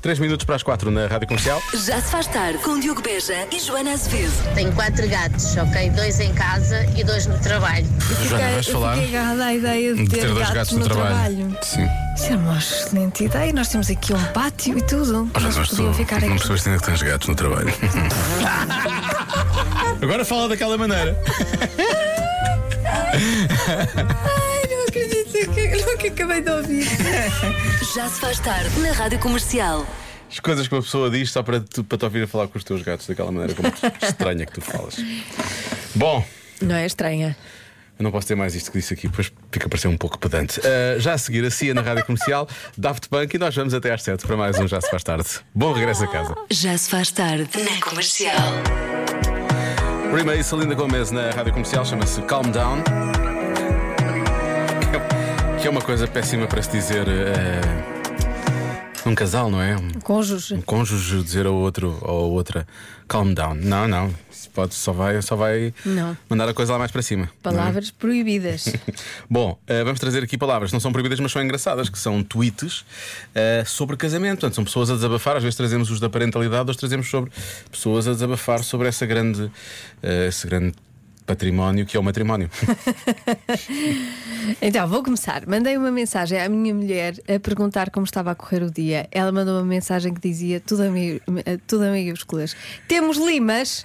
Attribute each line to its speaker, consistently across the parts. Speaker 1: 3 minutos para as 4 na Rádio Comercial.
Speaker 2: Já se faz tarde com Diogo Beja e Joana Azevedo.
Speaker 3: Tenho quatro gatos, ok? Dois em casa e dois no trabalho.
Speaker 4: Fiquei-
Speaker 1: vais
Speaker 4: eu
Speaker 1: falar
Speaker 4: Fiquei agarrada à ideia de,
Speaker 1: de ter dois
Speaker 4: gatos,
Speaker 1: gatos no trabalho. Sim.
Speaker 4: Isso é uma excelente ideia. Nós temos aqui um pátio e tudo.
Speaker 1: Olha,
Speaker 4: Nós
Speaker 1: mas tu
Speaker 4: podíamos ficar
Speaker 1: não
Speaker 4: aqui.
Speaker 1: percebeste ainda que tens gatos no trabalho. Agora fala daquela maneira.
Speaker 4: Ai, não acredito que, no que acabei de ouvir.
Speaker 2: Já se faz tarde na Rádio Comercial.
Speaker 1: As coisas que uma pessoa diz só para, tu, para te ouvir a falar com os teus gatos daquela maneira como estranha que tu falas. Bom,
Speaker 4: Não é estranha?
Speaker 1: eu não posso ter mais isto que disse aqui, pois fica a parecer um pouco pedante. Ah, já a seguir, a CIA na Rádio Comercial, Daft Punk e nós vamos até às 7 para mais um Já se faz tarde. Bom regresso a casa.
Speaker 2: Já se faz tarde na Comercial.
Speaker 1: Rima e Salinda Gomes na Rádio Comercial chama-se Calm Down. Que é uma coisa péssima para se dizer eh, um casal, não é? Um-
Speaker 4: Cônjuge.
Speaker 1: um cônjuge dizer ao outro ou a outra calm down. Não, não. Isso pode, só vai, só vai
Speaker 4: Não.
Speaker 1: mandar a coisa lá mais para cima.
Speaker 4: Palavras proibidas.
Speaker 1: Bom, eh, vamos trazer aqui palavras que não são proibidas, mas são engraçadas, que são tweets eh, sobre casamento. Portanto, são pessoas a desabafar, às vezes trazemos os da parentalidade, hoje trazemos sobre pessoas a desabafar sobre essa grande, eh, esse grande património que é o matrimónio.
Speaker 4: Então, vou começar. Mandei uma mensagem à minha mulher a perguntar como estava a correr o dia. Ela mandou uma mensagem que dizia tudo a, mi- eh, tudo a maiúsculas. Temos limas?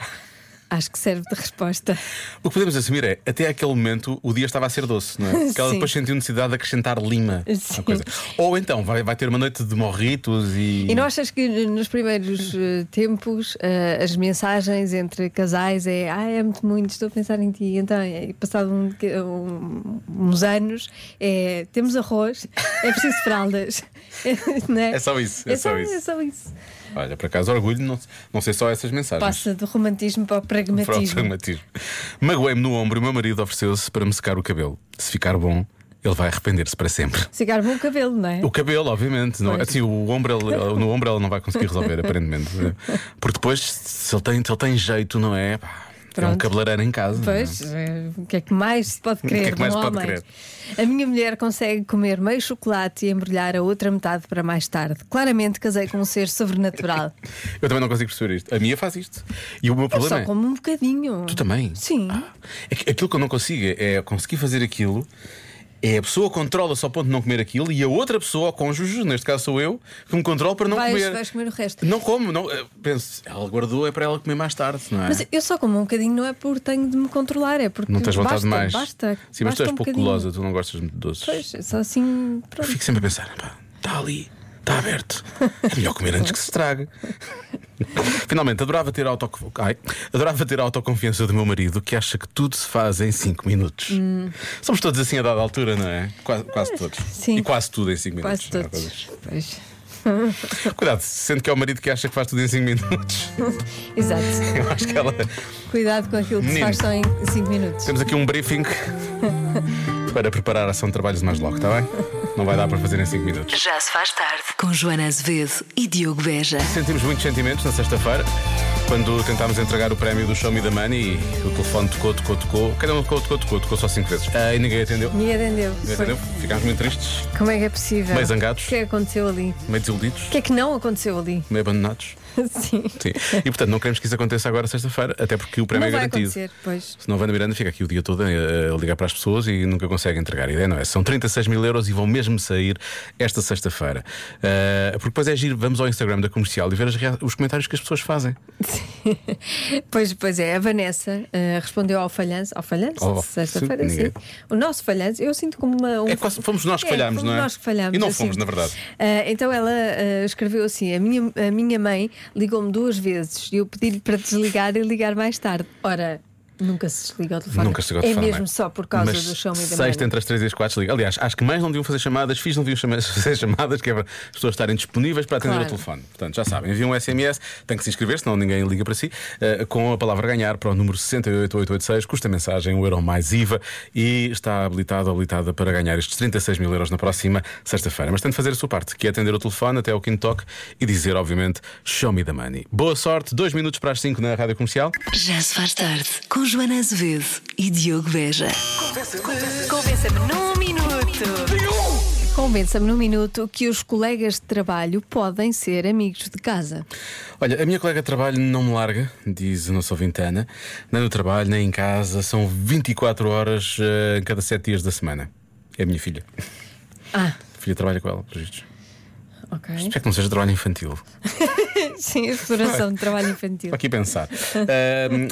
Speaker 4: Acho que serve de resposta.
Speaker 1: o que podemos assumir é, até aquele momento, o dia estava a ser doce, não é? Porque ela
Speaker 4: Sim.
Speaker 1: depois sentiu necessidade de acrescentar lima à
Speaker 4: Sim.
Speaker 1: coisa. Ou então, vai, vai ter uma noite de morritos e.
Speaker 4: E não achas que nos primeiros eh, tempos eh, as mensagens entre casais é ah, amo-te muito, estou a pensar em ti. Então, é, e passado um boca- um- uns anos, é, temos arroz, é preciso fraldas. não é?
Speaker 1: É só isso, é só isso.
Speaker 4: É só isso.
Speaker 1: Olha, por acaso, orgulho, não, não sei só essas mensagens.
Speaker 4: Passa do romantismo para o
Speaker 1: Para o
Speaker 4: pragmatismo.
Speaker 1: pragmatismo. um Magoei-me no ombro e o meu marido ofereceu-se para me secar o cabelo. Se ficar bom, ele vai arrepender-se para sempre.
Speaker 4: Secar bom o cabelo, não é?
Speaker 1: O cabelo, obviamente, não,
Speaker 4: Pois.
Speaker 1: assim, o ombro, ele- no ombro ela não vai conseguir resolver, aparentemente. Porque depois, se ele tem, se ele tem jeito, não é? Pá, é um
Speaker 4: Pronto.
Speaker 1: cabeleireiro em casa. não é?
Speaker 4: Pois, eh, o que é que mais se pode
Speaker 1: que é
Speaker 4: querer?
Speaker 1: que mais
Speaker 4: não
Speaker 1: se
Speaker 4: há
Speaker 1: pode
Speaker 4: A minha mulher consegue comer meio chocolate e embrulhar a outra metade para mais tarde. Claramente casei com um ser sobrenatural.
Speaker 1: Eu também não consigo perceber isto. A minha faz isto. E o meu
Speaker 4: Eu
Speaker 1: problema
Speaker 4: só
Speaker 1: é.
Speaker 4: como um bocadinho.
Speaker 1: Tu também?
Speaker 4: Sim.
Speaker 1: Ah, é que aquilo que eu não consigo é é conseguir fazer aquilo. É a pessoa que controla só ao ponto de não comer aquilo e a outra pessoa, o cônjuge, neste caso sou eu, que me controla para não
Speaker 4: vais,
Speaker 1: comer.
Speaker 4: vais comer o resto.
Speaker 1: Não como, não, eh, penso, ela guardou é para ela comer mais tarde, não é?
Speaker 4: Mas eu só como um bocadinho, não é por tenho de me controlar, é porque
Speaker 1: não tens vontade
Speaker 4: basta,
Speaker 1: de mais.
Speaker 4: Basta.
Speaker 1: Sim, mas tu
Speaker 4: basta
Speaker 1: és
Speaker 4: um
Speaker 1: pouco
Speaker 4: bocadinho.
Speaker 1: gulosa, tu não gostas muito de doces.
Speaker 4: Pois, é só assim, pronto.
Speaker 1: Fico sempre a pensar, pá, está ali, está aberto. É melhor comer antes que se estrague. Finalmente, adorava ter, a autoco- Ai, adorava ter a autoconfiança do meu marido que acha que tudo se faz em 5 minutos.
Speaker 4: Hum.
Speaker 1: Somos todos assim a dada altura, não é? Quase, quase todos.
Speaker 4: Sim.
Speaker 1: E quase tudo em 5 minutos.
Speaker 4: Quase
Speaker 1: não é?
Speaker 4: todos. Pois.
Speaker 1: Cuidado, sendo que é o marido que acha que faz tudo em 5 minutos.
Speaker 4: Exato.
Speaker 1: Eu acho que ela.
Speaker 4: Cuidado com aquilo que se
Speaker 1: Menino.
Speaker 4: faz só em 5 minutos.
Speaker 1: Temos aqui um briefing para preparar a ação de trabalhos mais logo, está bem? Não vai dar para fazer em 5 minutos.
Speaker 2: Já se faz tarde com Joana Azevedo e Diogo Beja.
Speaker 1: Sentimos muitos sentimentos na sexta-feira, quando tentámos entregar o prémio do Show Me the Money e o telefone tocou, tocou, tocou. Cada um tocou, tocou, tocou, tocou só 5 vezes. Ah, e ninguém atendeu. Ninguém
Speaker 4: Ninguém atendeu.
Speaker 1: atendeu. Ficámos muito tristes,
Speaker 4: Como é que é possível?
Speaker 1: Meio zangados.
Speaker 4: O que é que aconteceu ali?
Speaker 1: meio desiludidos,
Speaker 4: O que é que não aconteceu ali?
Speaker 1: meio abandonados.
Speaker 4: Sim.
Speaker 1: Sim. E portanto, não queremos que isso aconteça agora sexta-feira, até porque o prémio
Speaker 4: não
Speaker 1: é
Speaker 4: vai
Speaker 1: garantido.
Speaker 4: acontecer, pois.
Speaker 1: Senão a Vanda Miranda fica aqui o dia todo a, a ligar para as pessoas e nunca consegue entregar. A ideia não é? São 36 mil euros e vão mesmo sair esta sexta-feira. Ah, porque depois é giro, vamos ao Instagram da comercial e ver as rea- os comentários que as pessoas fazem.
Speaker 4: Pois, pois é, a Vanessa eh, respondeu ao falhanço, ao falhanço,
Speaker 1: Oh,
Speaker 4: sexta-feira,
Speaker 1: sim,
Speaker 4: sim.
Speaker 1: ninguém.
Speaker 4: O nosso falhanço, eu sinto como uma. um-
Speaker 1: É quase- fomos nós que
Speaker 4: É,
Speaker 1: falhámos,
Speaker 4: fomos
Speaker 1: não é?
Speaker 4: nós que falhámos.
Speaker 1: E não
Speaker 4: assim.
Speaker 1: fomos, na verdade.
Speaker 4: Ah, então ela ah, escreveu assim: a minha, a minha mãe ligou-me duas vezes e eu pedi-lhe para desligar e ligar mais tarde. Ora. Nunca se desliga o telefone.
Speaker 1: Nunca se gosta
Speaker 4: é
Speaker 1: de falar,
Speaker 4: mesmo
Speaker 1: não é?
Speaker 4: só por causa
Speaker 1: Mas
Speaker 4: do show me the
Speaker 1: Sexta
Speaker 4: money.
Speaker 1: entre as 3 e as 4 liga. Aliás, acho que mais não deviam fazer chamadas, fiz não deviam chama- fazer chamadas, que é para as pessoas estarem disponíveis para atender
Speaker 4: Claro.
Speaker 1: o telefone. Portanto, já sabem, enviam um SMS, tem que se inscrever, senão ninguém liga para si, eh, com a palavra ganhar para o número 68886, custa mensagem, um euro mais IVA e está habilitado ou habilitada para ganhar estes 36 mil euros na próxima sexta-feira. Mas tem de fazer a sua parte, que é atender o telefone até ao quinto toque e dizer, obviamente, show me the money. Boa sorte, dois minutos para as 5 na rádio comercial.
Speaker 2: Já se faz tarde com Joana Azevedo e Diogo Beja. Convença-me num minuto.
Speaker 4: Convença-me num minuto que os colegas de trabalho podem ser amigos de casa.
Speaker 1: Olha, a minha colega de trabalho não me larga, diz a nossa ouvinte Ana, nem no trabalho, nem em casa, são 24 horas eh, em cada 7 dias da semana. É a minha filha.
Speaker 4: Ah,
Speaker 1: A filha trabalha com ela, por isto.
Speaker 4: ok.
Speaker 1: Espero que não seja trabalho infantil.
Speaker 4: Sim, exploração de trabalho infantil.
Speaker 1: Estou aqui a pensar. Ahm,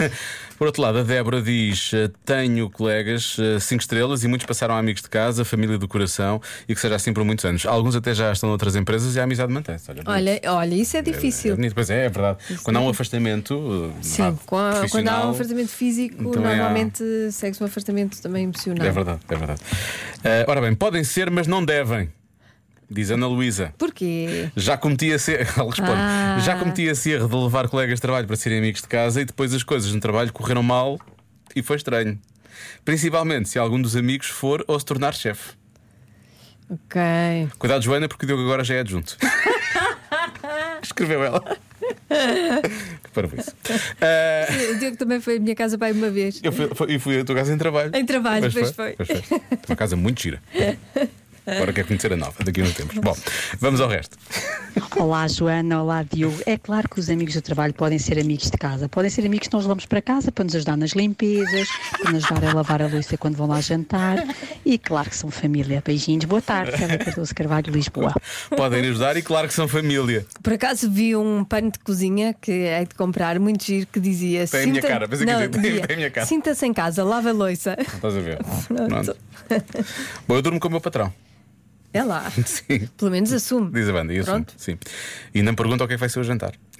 Speaker 1: por outro lado, a Débora diz: eh, Tenho colegas, eh, cinco estrelas, e muitos passaram a amigos de casa, família do coração, e que seja assim por muitos anos. Alguns até já estão noutras empresas e a amizade mantém-se. Olha,
Speaker 4: Olha, olha, isso é
Speaker 1: É
Speaker 4: difícil.
Speaker 1: bonito, pois é, é verdade. Quando há um afastamento. eh, vá,
Speaker 4: Sim, qua- quando há
Speaker 1: profissional,
Speaker 4: um afastamento físico,
Speaker 1: também há-
Speaker 4: normalmente segue-se um afastamento também emocional.
Speaker 1: É verdade, é verdade. Eh, ora bem, podem ser, mas não devem, diz Ana Luísa.
Speaker 4: Porquê?
Speaker 1: Já cometi esse erro, ela responde.
Speaker 4: Ah.
Speaker 1: Já cometi esse erro de levar colegas de trabalho para serem amigos de casa e depois as coisas no trabalho correram mal e foi estranho. Principalmente se algum dos amigos for ou se tornar chefe.
Speaker 4: Ok.
Speaker 1: Cuidado, Joana, porque o Diogo agora já é adjunto. Escreveu ela. que parabéns. Ah,
Speaker 4: O Diogo também foi à minha casa pai uma vez.
Speaker 1: eu fui, fui, fui a tua casa em trabalho.
Speaker 4: Em trabalho, pois foi.
Speaker 1: Pois foi. Uma casa muito gira. Agora quer conhecer a nova, daqui a uns tempos. Bom, vamos ao resto.
Speaker 5: Olá, Joana. Olá, Diogo. É claro que os amigos do trabalho podem ser amigos de casa. Podem ser amigos que nós levamos para casa para nos ajudar nas limpezas, para nos ajudar a lavar a louça quando vão lá jantar. E claro que são família. Beijinhos. Boa tarde. Célia Cardoso Carvalho, Lisboa.
Speaker 1: Podem ajudar e claro que são família.
Speaker 4: Por acaso vi um pano de cozinha que hei de comprar, muito giro, que dizia.
Speaker 1: Tem a minha
Speaker 4: "Sinta-"
Speaker 1: cara, pensei que
Speaker 4: Não,
Speaker 1: dizia, tem-
Speaker 4: dizia,
Speaker 1: tem a minha cara.
Speaker 4: Sinta-se em casa, lava a louça.
Speaker 1: Estás a ver? Pronto. Bom, eu durmo com o meu patrão.
Speaker 4: É lá.
Speaker 1: Sim.
Speaker 4: Pelo menos assume.
Speaker 1: Diz a banda, e assume.
Speaker 4: Pronto.
Speaker 1: Sim. E não me pergunta o que é que vai ser o jantar.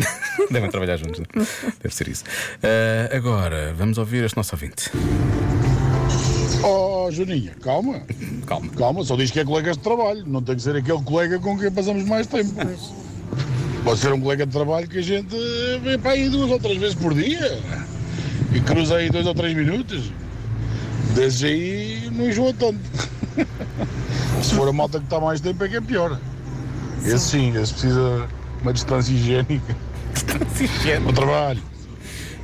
Speaker 1: Devem trabalhar juntos, não é? Deve ser isso. Ah, agora, vamos ouvir este nosso ouvinte.
Speaker 6: Oh, Juninha, calma.
Speaker 1: Calma.
Speaker 6: Calma, só diz que é colegas de trabalho. Não tem que ser aquele colega com quem passamos mais tempo. Pode ser um colega de trabalho que a gente vê para aí duas ou três vezes por dia e cruza aí dois ou três minutos. Desde aí não enjoa tanto. Se for a malta que está mais tempo é que é pior. Esse sim, esse precisa de uma distância higiênica. O trabalho.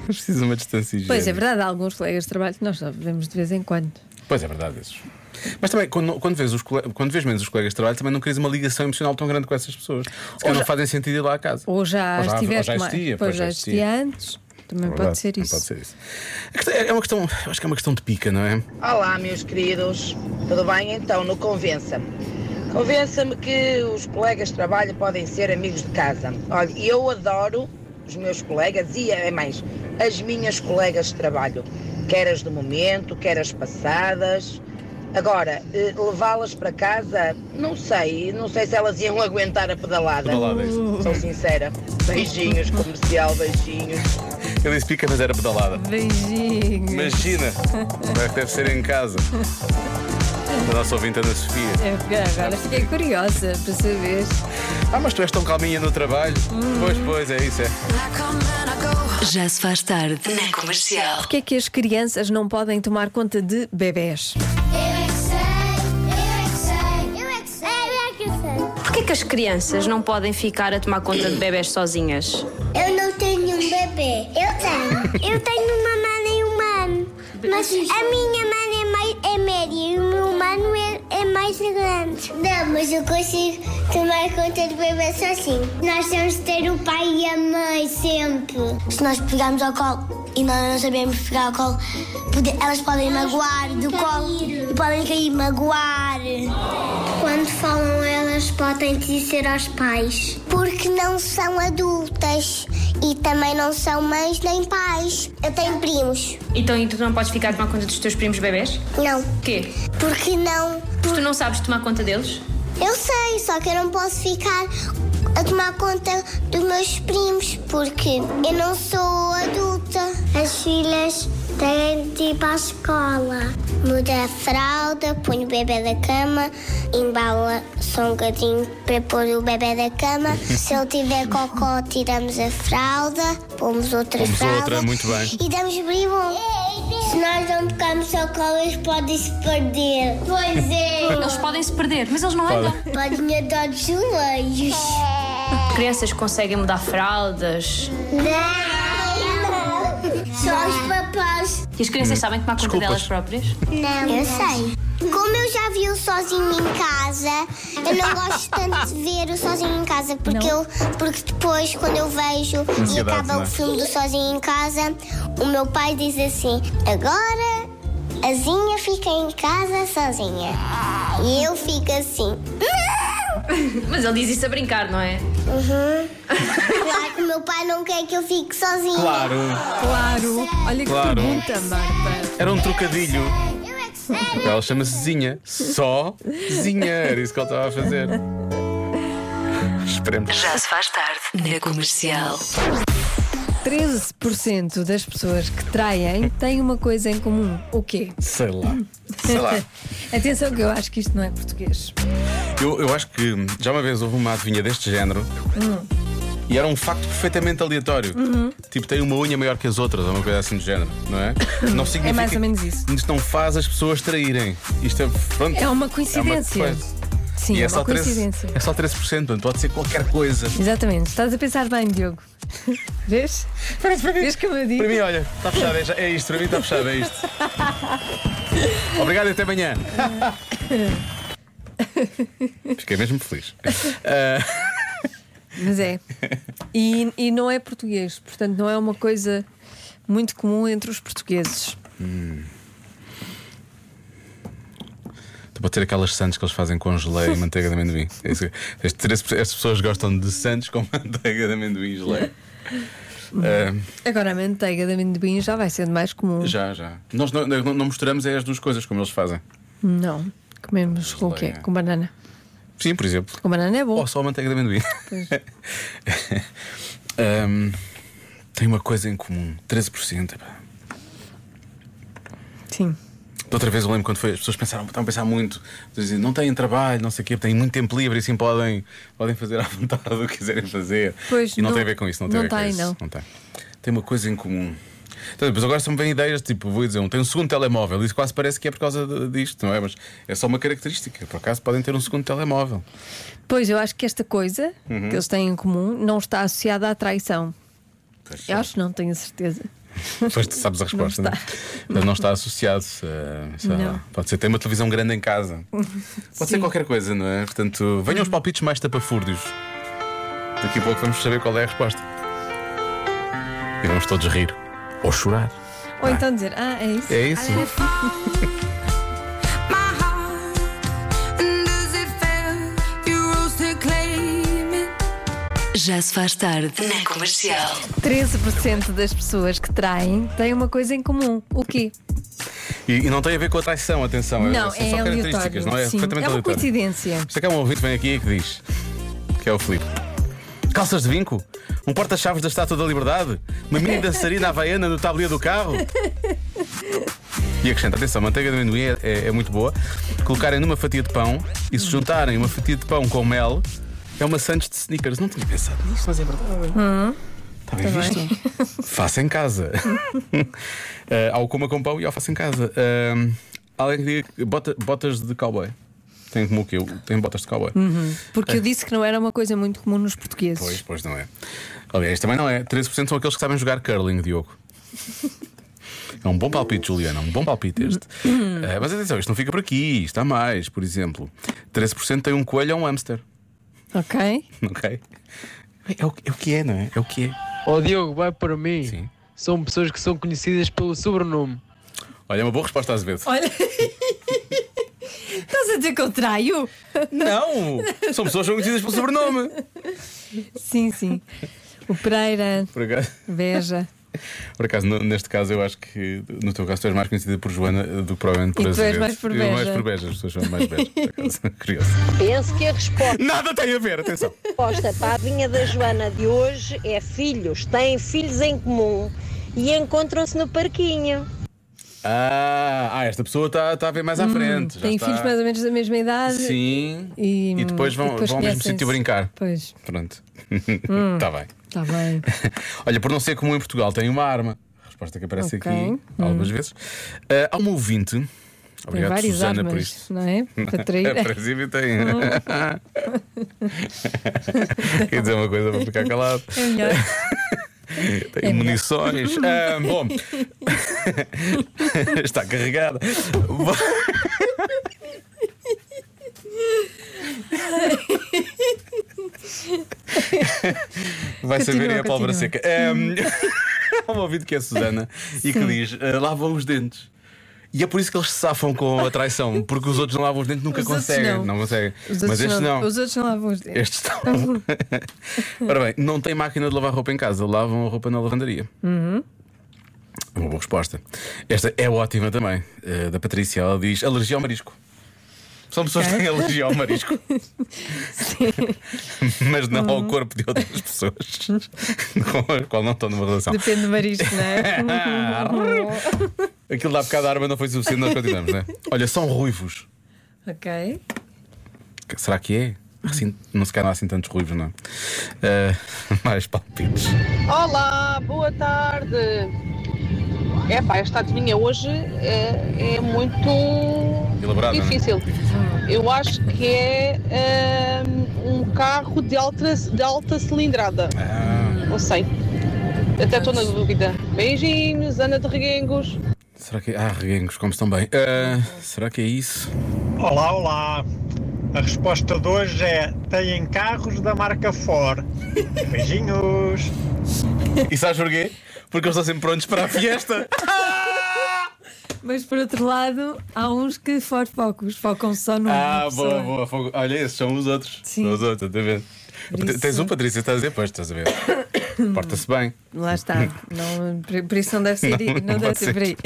Speaker 1: Precisa de uma distância higiênica.
Speaker 4: Pois é verdade, há alguns colegas de trabalho que nós só vemos de vez em quando.
Speaker 1: Pois é verdade, esses. Mas também, quando, quando, vês os cole- quando vês menos os colegas de trabalho, também não crias uma ligação emocional tão grande com essas pessoas. Se calhar não fazem sentido ir lá à casa.
Speaker 4: Ou já
Speaker 1: Ou já-
Speaker 4: estiveste
Speaker 1: ou já
Speaker 4: mais.
Speaker 1: existia,
Speaker 4: pois
Speaker 1: pois já
Speaker 4: já
Speaker 1: existia. É
Speaker 4: existia antes. Também pode
Speaker 1: Verdade,
Speaker 4: ser
Speaker 1: não
Speaker 4: isso.
Speaker 1: Pode ser isso. A questão- É uma questão, acho que é uma questão de pica, não é?
Speaker 7: Olá, meus queridos. Tudo bem? Então, no Convença-me. Convença-me que os colegas de trabalho podem ser amigos de casa. Olha, eu adoro os meus colegas e, é mais, as minhas colegas de trabalho. Quer as do momento, quer as passadas. Agora, eh, levá-las para casa, não sei. Não sei se elas iam aguentar a pedalada.
Speaker 1: Pedalada, é isso.
Speaker 7: Sou sincera. Beijinhos, comercial, beijinhos.
Speaker 1: Eu disse pica, mas era pedalada.
Speaker 4: Beijinhos.
Speaker 1: Imagina como é que deve ser em casa. A nossa ouvinte Ana Sofia.
Speaker 4: Eu Agora fiquei curiosa para saber.
Speaker 1: Ah, mas tu és tão calminha no trabalho.
Speaker 4: Hum.
Speaker 1: Pois, pois, é isso, é.
Speaker 2: Já se faz tarde na comercial.
Speaker 4: Porquê é que as crianças não podem tomar conta de bebés?
Speaker 8: Eu é que sei, eu é que sei, eu é que sei.
Speaker 9: Porquê que as crianças não podem ficar a tomar conta de bebés sozinhas?
Speaker 8: Eu não tenho um bebê. Eu tenho. Eu tenho uma mãe e um mano. Mas a minha mãe é mais é média e o meu mano é, é mais grande. Não, mas eu consigo tomar conta do bebê sozinho. Nós temos de ter o pai e a mãe sempre. Se nós pegarmos ao colo e nós não sabemos pegar ao colo, pode- elas podem magoar do colo e podem cair magoar. Quando falam, elas podem dizer aos pais. Porque não são adultas e também não são mães nem pais. Eu tenho primos.
Speaker 9: Então, e tu não podes ficar a tomar conta dos teus primos bebés?
Speaker 8: Não.
Speaker 9: Porquê?
Speaker 8: Porque não?
Speaker 9: Porque tu não sabes tomar conta deles?
Speaker 8: Eu sei, só que eu não posso ficar a tomar conta dos meus primos porque eu não sou adulta. As filhas têm de ir para a escola. Muda a fralda, põe o bebê da cama, embala só um bocadinho para pôr o bebê da cama. Se ele tiver cocó, tiramos a fralda, pomos outra
Speaker 1: Pomos
Speaker 8: fralda.
Speaker 1: outra, muito bem.
Speaker 8: E damos bribão. Se nós não tocarmos ao colo, eles podem se perder. Pois é.
Speaker 9: Eles podem se perder, mas eles não andam.
Speaker 8: Pode me dar tá de joelhos.
Speaker 9: Crianças conseguem mudar fraldas
Speaker 8: Não! Só os papás.
Speaker 9: e as crianças sabem tomar conta delas próprias?
Speaker 8: Não. Eu sei. Como eu já vi-o sozinho em casa, eu não gosto tanto de ver o sozinho em casa, porque, eu, porque depois, quando eu vejo e
Speaker 1: Ansiedade,
Speaker 8: acaba
Speaker 1: não é?
Speaker 8: o filme do Sozinho em Casa, o meu pai diz assim: agora a Zinha fica em casa sozinha. E eu fico assim. Não!
Speaker 9: Mas ele diz isso a brincar, não é?
Speaker 8: Claro que o meu pai não quer que eu fique sozinha.
Speaker 1: Claro,
Speaker 4: Claro. Olha que
Speaker 1: Claro.
Speaker 4: pergunta, Marta.
Speaker 1: era um trocadilho.
Speaker 8: Eu é que sei.
Speaker 1: Ela chama-se Zinha. Só Zinha. Era isso que ela estava a fazer. Esperemos.
Speaker 2: Já se faz tarde na comercial.
Speaker 4: 13% das pessoas que traem têm uma coisa em comum. O quê?
Speaker 1: Sei lá. Sei lá.
Speaker 4: Atenção que eu acho que isto não é português.
Speaker 1: Eu, eu acho que já uma vez houve uma adivinha deste género e era um facto perfeitamente aleatório. Tipo, tem uma unha maior que as outras, ou uma coisa assim do género, não é? Não significa.
Speaker 4: mais ou menos isso.
Speaker 1: Isto não faz as pessoas traírem. Isto é, pronto,
Speaker 4: É uma coincidência.
Speaker 1: coisa.
Speaker 4: Sim,
Speaker 1: e
Speaker 4: é
Speaker 1: é
Speaker 4: uma
Speaker 1: só, 13,
Speaker 4: coincidência.
Speaker 1: é só 13%, portanto, pode ser qualquer coisa.
Speaker 4: Exatamente. Estás a pensar bem, Diogo. Vês? Vês como eu digo?
Speaker 1: Para mim, olha, está fechado, é, já- é isto, para mim está fechado, é isto. Obrigado e até amanhã. Fiquei mesmo feliz.
Speaker 4: Mas é. E, e não é português, portanto, não é uma coisa muito comum entre os portugueses.
Speaker 1: Tu pode ter aquelas sandes que eles fazem com geleia e manteiga de amendoim. É isso que- Este- Estas pessoas gostam de sandes com manteiga de amendoim e geleia. Ah,
Speaker 4: Agora, a manteiga de amendoim já vai sendo mais comum.
Speaker 1: já, já. Nós não, não- não misturamos é as duas coisas como eles fazem.
Speaker 4: Não. Comemos com o quê?
Speaker 1: Geleia.
Speaker 4: Com banana.
Speaker 1: Sim, por exemplo.
Speaker 4: Com banana é bom.
Speaker 1: Ou só manteiga de amendoim.
Speaker 4: Pois.
Speaker 1: Ahm, tem uma coisa em comum: 13%. Epá.
Speaker 4: Sim.
Speaker 1: Da outra vez eu lembro quando foi, as pessoas pensaram, estavam a pensar muito, diziam, não têm trabalho, não sei o quê, têm muito tempo livre e assim podem, podem fazer à vontade o que quiserem fazer.
Speaker 4: Pois,
Speaker 1: e não,
Speaker 4: não-
Speaker 1: tem a ver com isso, não tem
Speaker 4: não
Speaker 1: a ver
Speaker 4: tem,
Speaker 1: com isso.
Speaker 4: não.
Speaker 1: tem. Tem uma coisa em comum. Então, depois agora se me vêm ideias, tipo, vou dizer, um tem um segundo telemóvel, isso quase parece que é por causa de- disto, não é? Mas é só uma característica, por acaso podem ter um segundo telemóvel.
Speaker 4: Pois, eu acho que esta coisa
Speaker 1: Uhum.
Speaker 4: que eles têm em comum não está associada à traição.
Speaker 1: é.
Speaker 4: Eu acho que não tenho certeza.
Speaker 1: Depois tu sabes a resposta,
Speaker 4: está.
Speaker 1: né? Mas não está associado. eh, sei lá.
Speaker 4: Não.
Speaker 1: Pode ser, tem uma televisão grande em casa. Pode ser
Speaker 4: Sim.
Speaker 1: qualquer coisa, não é? Portanto, venham os palpites mais tapafúrdios. Daqui a pouco vamos saber qual é a resposta. E vamos todos rir. Ou chorar.
Speaker 4: Ou então dizer, ah, é isso.
Speaker 1: É isso.
Speaker 2: Já se faz tarde na comercial.
Speaker 4: 13% das pessoas que traem têm uma coisa em comum. O quê?
Speaker 1: E, e não tem a ver com a traição, atenção.
Speaker 4: Não,
Speaker 1: são
Speaker 4: é
Speaker 1: só
Speaker 4: aleatório.
Speaker 1: características, não é?
Speaker 4: Sim,
Speaker 1: Perfeitamente
Speaker 4: é uma
Speaker 1: aleatório.
Speaker 4: coincidência.
Speaker 1: Isto é que há um ouvinte que vem aqui e que diz: que é o Filipe. Calças de vinco? Um porta-chaves da Estátua da Liberdade? Uma mini dançarina havaiana no tabuleiro do carro? E acrescenta, atenção, a manteiga de amendoim é, é- é muito boa. Colocarem numa fatia de pão e se juntarem uma fatia de pão com mel, é uma Santos de sneakers. Não tinha pensado nisto, mas é verdade. Está bem visto? Faça em casa. Eh, Há o coma com pão e ao faça em casa. Ahm, alguém que diga que bota- botas de cowboy. Tem como o quê? Tem botas de cowboy.
Speaker 4: Porque eu disse que não era uma coisa muito comum nos portugueses.
Speaker 1: É. Pois, pois não é. Aliás, também não é. 13% são aqueles que sabem jogar curling, Diogo. É um bom palpite, Juliana, um bom palpite este. Eh, mas atenção, isto não fica por aqui, isto há mais, por exemplo. 13% tem um coelho ou um hamster,
Speaker 4: Ok?
Speaker 1: ok? É o, que- é o que é, não é? É o que é.
Speaker 10: Ó Diogo, vai para mim.
Speaker 1: Sim.
Speaker 10: São pessoas que são conhecidas pelo sobrenome.
Speaker 1: Olha, é uma boa resposta às vezes.
Speaker 4: Olha. Estás a dizer contrário?
Speaker 1: Não! São pessoas que são conhecidas pelo sobrenome.
Speaker 4: Sim, sim. O Pereira,
Speaker 1: Por acaso,
Speaker 4: Veja.
Speaker 1: por acaso, no- neste caso, eu acho que no teu caso tu és mais conhecida por Joana eh, do que provavelmente por
Speaker 4: E tu és
Speaker 1: Azevedo.
Speaker 4: mais por
Speaker 1: Eu
Speaker 4: Beja.
Speaker 1: mais por Beja, as pessoas são mais Beja. Por acaso, curioso.
Speaker 7: Penso que a resposta
Speaker 1: Nada tem a ver, atenção.
Speaker 7: para a vinha da Joana de hoje é filhos. Têm filhos em comum e encontram-se no parquinho.
Speaker 1: Ah, ah, esta pessoa está tá a ver mais à frente. já
Speaker 4: Hum, Tem
Speaker 1: está.
Speaker 4: filhos mais ou menos da mesma idade.
Speaker 1: Sim.
Speaker 4: E,
Speaker 1: E depois vão, vão ao mesmo
Speaker 4: conhecem-se. Hum.
Speaker 1: sítio brincar.
Speaker 4: Pois,
Speaker 1: Pronto. Está bem.
Speaker 4: está bem.
Speaker 1: Olha, por não ser comum em Portugal, tem uma arma. A resposta que aparece
Speaker 4: Ok. Hum.
Speaker 1: aqui algumas vezes. Ah, há uma ouvinte.
Speaker 4: Tem
Speaker 1: Obrigado,
Speaker 4: várias
Speaker 1: Susana,
Speaker 4: armas,
Speaker 1: por isto.
Speaker 4: não é? Para
Speaker 1: A
Speaker 4: trair.
Speaker 1: princípio tem. Quer dizer uma coisa para ficar calado.
Speaker 4: É melhor. É
Speaker 1: Tem munições. Ah, bom. Está carregada. Bo- Vai saber é a
Speaker 4: Continua,
Speaker 1: pólvora
Speaker 4: continua.
Speaker 1: seca. Um, há um ouvido que é a Susana e que diz: "Ah, lavam os dentes. E é por isso que eles se safam com a traição, porque os outros não lavam os dentes, nunca
Speaker 4: Os outros
Speaker 1: conseguem.
Speaker 4: não.
Speaker 1: conseguem. Mas
Speaker 4: Os outros
Speaker 1: estes não.
Speaker 4: Os outros não lavam os dentes.
Speaker 1: Estes estão. Ora bem, não tem máquina de lavar roupa em casa, lavam a roupa na lavandaria. É Uma boa resposta. Esta é ótima também, eh, da Patrícia. Ela diz: alergia ao marisco. São pessoas que têm alergia ao marisco. Mas não ao corpo de outras pessoas com a qual não estão numa relação.
Speaker 4: Depende do marisco, não é?
Speaker 1: Aquilo lá bocado da arma não foi suficiente, nós continuamos, né? Olha, são ruivos.
Speaker 4: ok.
Speaker 1: Que- Será que é? Assim, não se calhar não há assim tantos ruivos, não. é? Eh, mais palpites.
Speaker 11: Olá, boa tarde. É pá, esta adivinha hoje é, é muito
Speaker 1: Elaborada, não é?
Speaker 11: difícil. Eu acho que é hum, um carro de alta, de alta cilindrada.
Speaker 1: Ah.
Speaker 11: Não sei. Até estou na dúvida. Beijinhos, Ana de Reguengos.
Speaker 1: Será que. Ah, reguengos, como estão bem. Ah, será que é isso?
Speaker 12: Olá, olá. A resposta de hoje é: têm carros da marca Ford. Beijinhos.
Speaker 1: E sabes porquê? Porque eles estão sempre prontos para a fiesta.
Speaker 4: Mas por outro lado, há uns que for focos, focam só no.
Speaker 1: ah, boa, boa. fogo. Olha, esses são os outros.
Speaker 4: Sim.
Speaker 1: São os outros, estás a ver?
Speaker 4: Por isso-
Speaker 1: Tens um, Patrícia, estás a dizer? Pois, estás a ver. Porta-se bem.
Speaker 4: Lá está. Não, por por isso não deve ser,
Speaker 1: Não,
Speaker 4: não,
Speaker 1: não
Speaker 4: deve
Speaker 1: pode
Speaker 4: ser por aí.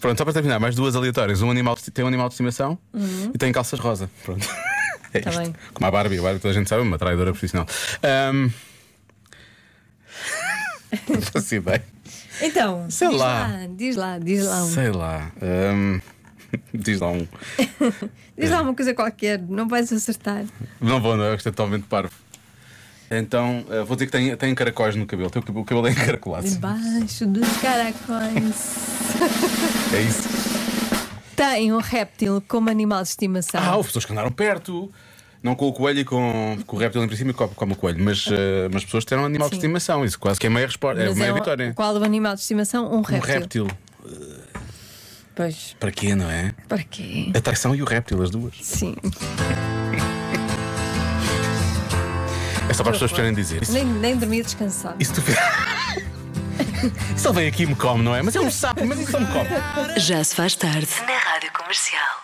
Speaker 1: Pronto, só para terminar, mais duas aleatórias. Um animal, de- tem um animal de estimação e tem calças rosa. Pronto. É
Speaker 4: Uhum. Tá
Speaker 1: isto.
Speaker 4: bem.
Speaker 1: Como a Barbie, a Barbie toda a gente sabe, é uma traidora profissional. Ahm. Não faço ideia.
Speaker 4: Então,
Speaker 1: Sei
Speaker 4: diz
Speaker 1: lá.
Speaker 4: diz lá, diz lá, um-
Speaker 1: Sei lá. Ahm. Diz lá um.
Speaker 4: diz lá uma coisa qualquer, não vais acertar.
Speaker 1: Não vou, não, eu gostei totalmente parvo. Então, eh, vou dizer que tem, tem caracóis no cabelo. Teu cabelo- O cabelo é encaracolado.
Speaker 4: Debaixo dos caracóis
Speaker 1: É isso.
Speaker 4: tem um réptil como animal de estimação.
Speaker 1: Ah, houve pessoas que andaram perto. Não com o coelho e com, com o réptil em princípio, como, como o coelho. Mas, eh, mas pessoas que um animal de
Speaker 4: Ah. Sim.
Speaker 1: estimação. Isso quase que é meia, resposta, é
Speaker 4: Mas
Speaker 1: meia
Speaker 4: um-
Speaker 1: vitória.
Speaker 4: Qual o animal de estimação? Um
Speaker 1: Um
Speaker 4: réptil.
Speaker 1: réptil.
Speaker 4: Pois,
Speaker 1: Para quê, não é?
Speaker 4: para quê?
Speaker 1: A traição e o réptil, as duas.
Speaker 4: Sim.
Speaker 1: É só para as pessoas poderem dizer. Isso,
Speaker 4: Nem, nem dormir descansado.
Speaker 1: isso tu Só vem aqui e me come, não é? Mas é um sapo, mas isso não me come.
Speaker 2: Já se faz tarde na Rádio Comercial.